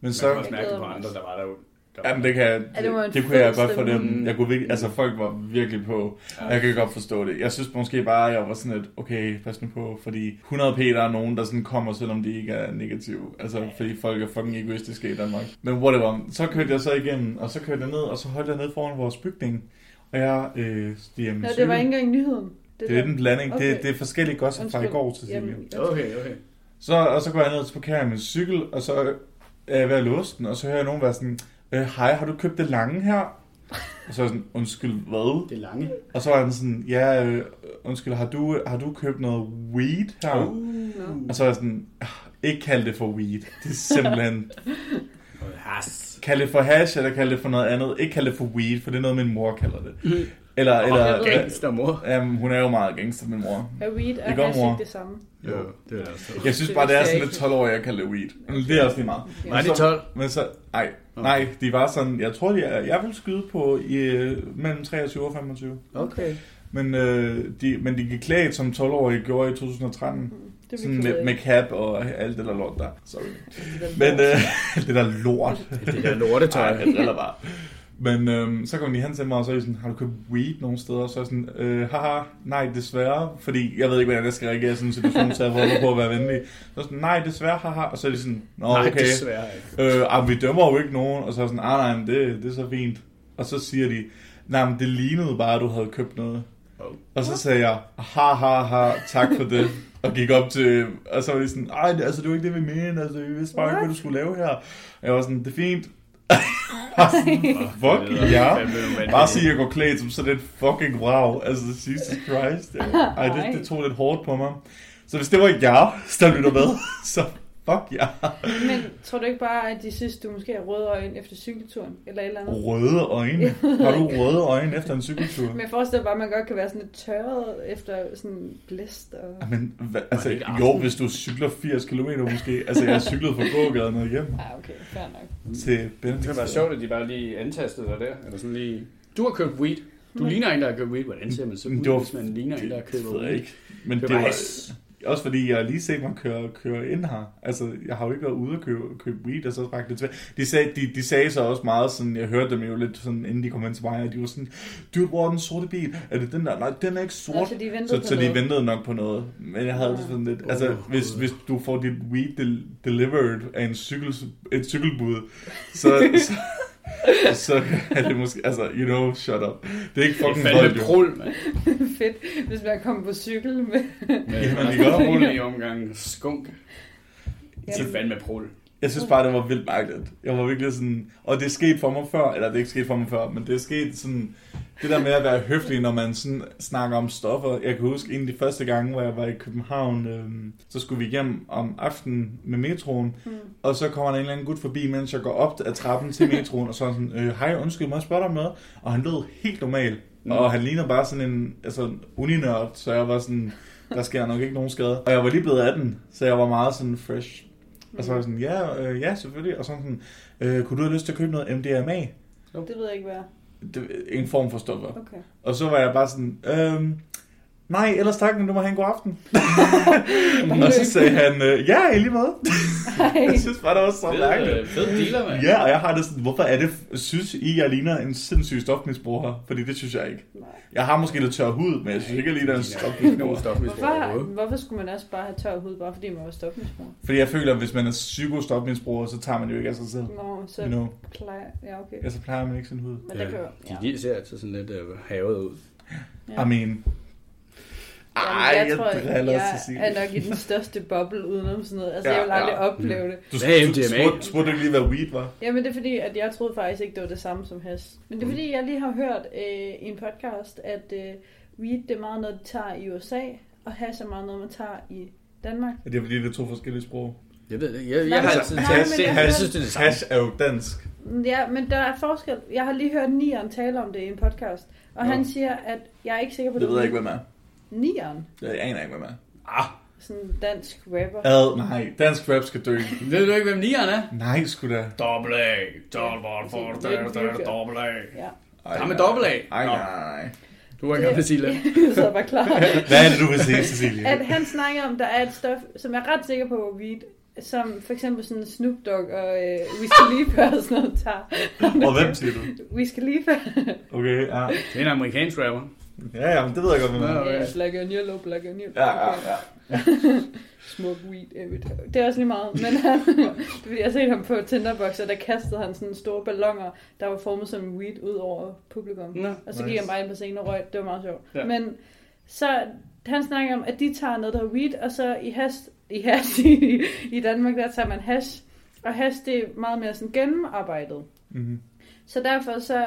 Men så, man kan også mærke Jeg det på glæder mig andre, også. der var der jo. Der jamen det kan jeg, Ja, det var det, en det kunne jeg fed godt fornemme. stemning. Jeg kunne virkelig, altså folk var virkelig på. Ja. Jeg kan godt forstå det. Jeg synes måske bare, at jeg var sådan lidt, okay, pas nu på, fordi 100 p, der er nogen, der sådan kommer, selvom de ikke er negative. Altså, fordi folk er fucking egoistiske i Danmark. Men whatever. Så kørte jeg så igennem, og så kørte jeg ned, og så holdt jeg ned foran vores bygning. Og jeg øh, stiger min Nå, det cykel. var ikke engang nyheden. Det er lidt en blanding. Okay. Det, Okay. det er forskellige gossip fra i går til Silje. Okay, okay. Så, og så går jeg ned, og så parkerer jeg min cykel, og så øh, er jeg ved at låse den, og så hører jeg nogen være sådan, "Øh, hej, har du købt det lange her? Og så er jeg sådan, undskyld, hvad? Det er lange. Og så var han sådan, ja, øh, undskyld, har du, har du købt noget weed her? Uh. Og så er jeg sådan, "Ah, ikke kald det for weed. Det er simpelthen, Has. kald det for hash, eller kald det for noget andet. Ikke kald det for weed, for det er noget, min mor kalder det. Eller, eller, Mm. øh, jeg ved ikke. Gangstermor. Jamen, hun er jo meget gangster, min mor. Er weed og Det går, hash mor. ikke det samme? Jo, det er altså- det også. Jeg synes Det bare, det er vidste sådan jeg lidt 12 år, jeg kalder det weed. Men det er også lige meget. Var de 12? Men så, nej, nej, de var sådan, jeg tror, de er, jeg vil skyde på i, øh, mellem 23 og 25. Okay. Men, øh, de, men de gik klædt, som 12-årige gjorde i 2013. Det Sådan med, med cap og alt det der lort der. Sorry. Men Men... øh, det der lort. Det er lortetøj. Nej, jeg driller bare. Men øhm, så kom de hen til mig, og så er de sådan, har du købt weed nogle steder? Og så er jeg sådan, øh, haha, nej, desværre. Fordi jeg ved ikke, hvordan jeg skal reagere i sådan en situation, så jeg prøver på at være venlig. Så er jeg sådan, nej, desværre, haha. Og så er de sådan, nå, Nej, okay. desværre ikke. Øh, ah, vi dømmer jo ikke nogen. Og så er jeg sådan, ah, nej, men det, det er så fint. Og så siger de, nej, men det lignede bare, at du havde købt noget. Oh. Og så sagde jeg, ha, ha, ha, tak for det. Og gik op til, og så var de sådan, ej, altså det var ikke det, vi mente, altså vi vidste bare ikke, hvad du skulle lave her. Og jeg var sådan, det er fint. Og sådan, Fuck ja. Bare sige, at jeg går klædt som sådan et fucking wow. Altså, Jesus Christ. Ej, det, det tog lidt hårdt på mig. Så hvis det var jer, der lytter med, så fuck jer. men tror du ikke bare, at de synes, du måske har røde øjne efter cykelturen? Eller et eller andet? Røde øjne. Har du røde øjne efter en cykeltur? Men jeg forestiller bare, at man godt kan være sådan lidt tørret efter sådan blæst. Og... Ej, Men, hva, altså, det ikke jo, aften? hvis du cykler 80 km måske. Altså, jeg cyklede fra gågaden og hjem Ah, okay, fair nok. til Det kan Benedikt. være sjovt, at de bare lige antastede dig der. Eller sådan lige... Du har købt weed. Du ligner en, der har købt weed. Hvordan ser man så Men ud, det var- hvis man ligner en, der Det køber ved jeg weed? ikke. Men det Køber var, hash. også fordi jeg har lige set mig køre, køre ind her. Altså, jeg har jo ikke været ude og købe, købe weed, og så rakte det tilbage. De sagde, de, de sagde så også meget sådan, jeg hørte dem jo lidt sådan, inden de kom ind til mig, og de var sådan, du hvor er den sorte bil? Er det den der? Nej, den er ikke sort. Nå, så de ventede så, på så de noget. ventede nok på noget. Men jeg havde det sådan lidt, altså, hvis, hvis du får dit weed del- delivered af en cykel, et cykelbud, så, så, så er det måske, altså, you know, shut up. Det er ikke Det er fucking vold, fandme jo. prul, mand. Fedt, hvis man kommer på cykel med... Ja, Jamen, man det kan gør rulle i omgang skunk. Det er fandme prul. Jeg synes bare, det var vildt mærkeligt. Jeg var virkelig sådan... Og det er sket for mig før, eller det er ikke sket for mig før, men det er sket sådan... Det der med at være høflig, når man sådan snakker om stoffer. Jeg kan huske en af de første gange, hvor jeg var i København, øhm, så skulle vi hjem om aftenen med metroen, mm. og så kommer der en eller anden gut forbi, mens jeg går op ad trappen til metroen, og så er han sådan, øh, hej, undskyld, må jeg spørge dig om noget? Og han lød helt normal, mm. og han ligner bare sådan en altså, en uninørd, så jeg var sådan, der sker nok ikke nogen skade. Og jeg var lige blevet 18, så jeg var meget sådan fresh. mm. Og så var jeg sådan, ja, øh, ja selvfølgelig. Og så sådan, øh, kunne du have lyst til at købe noget MDMA? Det ved jeg ikke, hvad er. Det, en form for stoffer. Okay. Og så var jeg bare sådan, øhm, nej, ellers tak, men du må have en god aften. og så sagde han, øh, ja, i lige måde. jeg synes bare, det var så Fed, øh, mærkeligt. fed dealer, mand. Ja, og jeg har det sådan, hvorfor er det, synes I, jeg ligner en sindssyg stofmisbruger? Fordi det synes jeg ikke. Jeg har måske lidt tør hud, men jeg synes ikke, jeg ligner en Nogen stofmisbruger. stofmisbruger Hvorfor, overhovedet. hvorfor skulle man også bare have tør hud, bare fordi man var stofmisbruger? Fordi jeg føler, at hvis man er psykostofmisbruger, så tager man jo ikke af sig selv. Nå, så You know. plejer... Ja, okay. Ja, så plejer man ikke sin hud. Men det kan jo... Ja. Øh, De ser altid sådan lidt øh, havet ud. I mean. Ej, Jamen, jeg, jeg tror, driller jeg Cecilie. er nok i den største boble udenom sådan noget. Altså, Ja, jeg vil aldrig ja. opleve det. Du, Hvad er du, MDMA? spurgte, spurgte du ikke lige, hvad weed var? Jamen, det er fordi, at jeg troede faktisk ikke, det var det samme som has. Men Mm. det er fordi, jeg lige har hørt øh, i en podcast, at øh, weed, det er meget noget, de tager i USA, og hash er meget noget, man tager i Danmark. Ja, det er fordi, det er to forskellige sprog. Altså, Jeg ved det ikke. Jeg, Nej, jeg har men- altid nej, tænkt, men jeg- jeg synes, det er det samme. Hash er jo dansk. Ja, men der er forskel. Jeg har lige hørt Nieren tale om det i en podcast, og Nå. han siger, at jeg er ikke sikker på det. Det ved jeg ikke, hvem er. Nieren, Jeg aner ikke, hvem er. Ah, sådan en dansk rapper. Ad, nej. Dansk rap skal dø. ved du ikke, hvem nieren er? Nej, sgu da. Double A. Double A. Double A. Ja, Ej, Der med nej. dobbelt A. Ej, Nå. nej, nej. Du var ikke gammel Sille. så jeg var klar. Hvad er det, du vil sige, Cecilie? At han snakker om, der er et stof, som jeg er ret sikker på, at weed, som for eksempel sådan Snoop Dogg og øh, Wiz Khalifa og sådan noget tager. Og hvem siger du? Wiz Khalifa. Okay, ja. Det er en amerikansk rapper. Ja, ja, men det ved jeg godt, hvem er. Nå. Okay. Ja, black and yellow, black and yellow. Ja, ja, ja. Smuk weed every time. Det er også lige meget, men han, det er fordi jeg har set ham på Tinderbox, og der kastede han sådan store ballonger, der var formet som en weed ud over Mm. publikum. Nå, og så gik nice. han bare ind på scenen og røg. Det var meget sjovt. Ja. Men så han snakker om, at de tager noget, der er weed, og så i hash, i, hash i, i Danmark, der tager man hash. Og hash, det er meget mere sådan gennemarbejdet. Mhm. Så derfor så,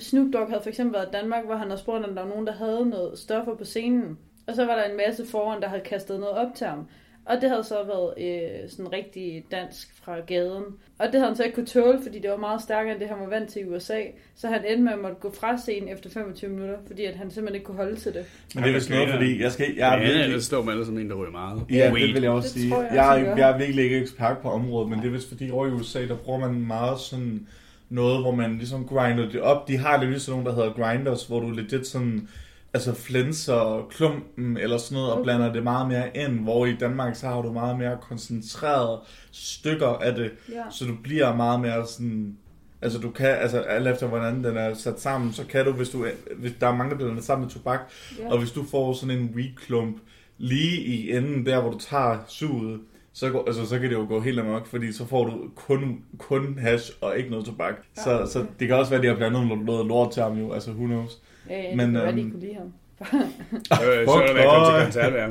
Snoop Dogg havde for eksempel været i Danmark, hvor han havde spurgt, om der var nogen, der havde noget stoffer på scenen. Og så var der en masse foran, der havde kastet noget op til ham. Og det havde så været øh, sådan rigtig dansk fra gaden. Og det havde han så ikke kunne tåle, fordi det var meget stærkere end det, han var vant til i USA. Så han endte med at måtte gå fra scenen efter 25 minutter, fordi at han simpelthen ikke kunne holde til det. Men det er vist noget, fordi jeg skal... Jeg Ja, er det er virkelig... ellers står man ellers som en, der ryger meget. Ja, Weed. det vil jeg også Det sige. tror jeg Jeg, også, er- jeg gør. jeg er virkelig ikke ekspert på området, men det er vist fordi over i USA, der bruger man meget sådan noget, hvor man ligesom grinder det op. De har lidt ligesom nogen, der hedder grinders, hvor du legit sådan altså flænser klumpen eller sådan noget, og blander det meget mere ind, hvor i Danmark, så har du meget mere koncentreret stykker af det, Ja. så du bliver meget mere sådan... Altså du kan, altså alt efter hvordan den er sat sammen, så kan du, hvis, du, hvis der er mange, der blander det sammen med tobak, Ja. og hvis du får sådan en weed-klump lige i enden, der hvor du tager suget, så, går, altså, så kan det jo gå helt amok, fordi så får du kun, kun hash og ikke noget tobak. Ja, så, okay. så det kan også være, at de har blandet noget- noget lort til ham jo, altså who knows. Øh, Men, men, det kunne øhm... øhm, kunne lide ham. Øh, Så er det være kommet til koncert med ham.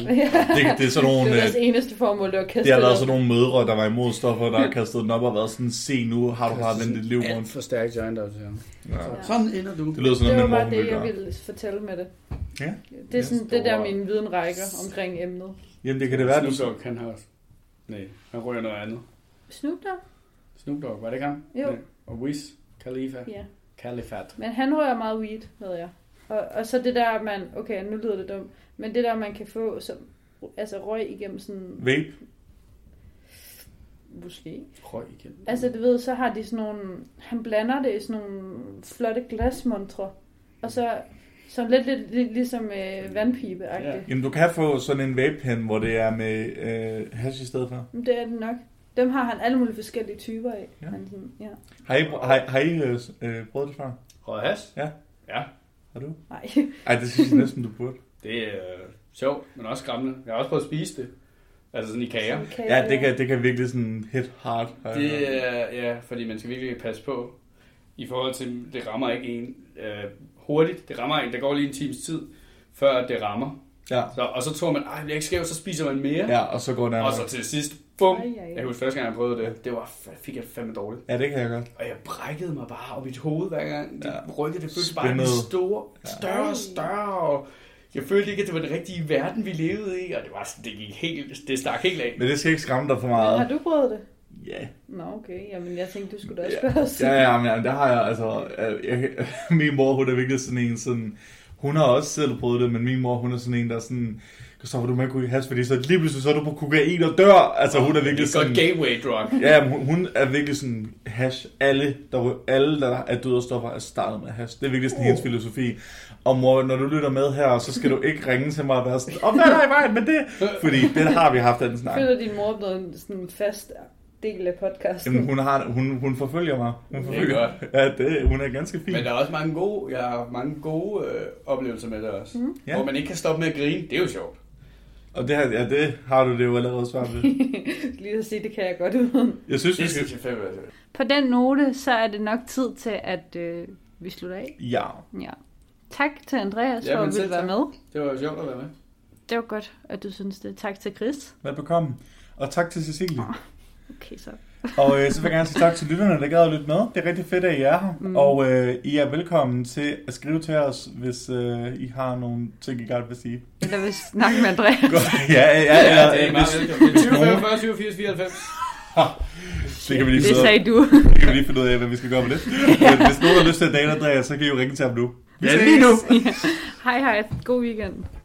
Det, det er sådan nogle... Det øh, var deres eneste formål, det var kastet. Det har været op. sådan nogle mødre, der var imod stoffer, der har kastet den op og været sådan, se nu, har du bare vendt dit liv Alt rundt. for stærk joint op til ham. Ja. Sådan ender du. Det lyder sådan Altså. Det var noget, min bare mor det, ville jeg gøre. ville fortælle med det. Ja. Det er Jeg sådan, det står- der min viden rækker omkring emnet. Jamen det kan det være, at du... Snoop Dogg, han har også. Nej, han ryger noget andet. Snoop Dogg? Snoop Dogg, var det ikke ham? Jo. Nej. Og Wiz Khalifa. Ja. Kalifat. Men han rører meget weed, ved jeg. Og, og så det der, man... Okay, nu lyder det dumt. Men det der, man kan få som... Altså røg igennem sådan... Vape? Måske. Røg igen. Altså, du ved, så har de sådan nogle... Han blander det i sådan nogle flotte glasmontre. Og så... Sådan lidt, lidt, lidt ligesom øh, vandpipe Ja. yeah. Jamen du kan få sådan en vape pen, hvor det er med øh, hash i stedet for. Men det er det nok. Dem har han alle mulige forskellige typer af. Ja. Ja. Han sådan, ja. Har I, har, har I øh, øh, prøvet det før? Rød has? Ja. Ja, Har du? Nej. Ej, det synes jeg næsten, du burde. det er øh, sjovt, men også skræmmende. Jeg har også prøvet at spise det. Altså sådan i kager. Sådan kan Ja, jeg- det kan, det kan virkelig sådan hit hard. har jeg hørt. Det er, ja, fordi man skal virkelig passe på. I forhold til, det rammer ikke en øh, hurtigt. Det rammer en, der går lige en times tid, før det rammer. Ja. Så, og så tror man, ej, jeg bliver ikke skæv, så spiser man mere. ja, og så går det Og så til sidst, Bum. Ej, ej, ej. Jeg husker første gang, jeg prøvede det. Det var, fik jeg fandme dårligt. Ja, det kan jeg godt. Og jeg brækkede mig bare op i mit hoved hver gang. Det Ja. rykkede, det føltes bare Spændede. lidt store, større og større. Og jeg følte ikke, at det var den rigtige verden, vi levede i. Og det var sådan, det gik helt, det stak helt af. Men det skal ikke skræmme dig for meget. Har du prøvet det? Ja. Nå, okay. Jamen, jeg tænkte, du skulle da også Ja, spørge os. ja, ja, men jamen, der har jeg altså... øh, Jeg, min mor, hun er virkelig sådan en sådan... Hun har også selv prøvet det, men min mor, hun er sådan en, der er sådan... Kristoffer, du må ikke ryge hash, fordi så lige pludselig så er du på kokain og dør. Altså, hun er Det er virkelig et godt sådan... gateway drug. Ja, men hun, hun er virkelig sådan hash. Alle, der, ryger- alle, der er døde og stoffer, er startet med hash. Det er virkelig sådan hendes filosofi. Og mor, når du lytter med her, så skal du ikke ringe til mig og være sådan, åh, hvad er der i vejen med det? Fordi det har vi haft af den snak. Føler din mor er blevet en sådan fast del af podcasten? Jamen, hun, har, hun, hun forfølger mig. Hun er forfølger. Ja, det, hun er ganske fin. Men der er også mange gode, jeg har mange gode øh, oplevelser med det også. Mm. Ja. Hvor man ikke kan stoppe med at grine. Det er jo sjovt. Og det, her, ja, det har du det jo allerede svært ved. Lige at sige, det kan jeg godt uden. Jeg synes, vi Det skal... synes jeg fandme er sjovt. På den note, så er det nok tid til, at øh, vi slutter af. Ja. Ja. Tak til Andreas Jamen, for at selv ville være tak. med. Det var jo sjovt at være med. Det var godt, at du synes det. Tak til Chris. Velbekomme. Og tak til Cecilie. Okay, så. Og øh, så vil jeg gerne sige tak til lytterne, der gad at lytte med. Det er rigtig fedt, at I er her. Mm. Og øh, I er velkommen til at skrive til os, hvis øh, I har nogle ting, I gerne vil sige. Eller vil snakke med Andreas. Godt. Ja, ja, ja. ja, det er hvis, meget velkommen. Det er 20, nogen- 45, 87, 94. det, kan vi lige Det sidde, sagde du. det kan vi lige finde ud af, hvad vi skal gøre med det. Men hvis nogen har lyst til at date Andreas, så kan I jo ringe til ham nu. Vi Ja, lige nu. ses. Hej hej. God weekend.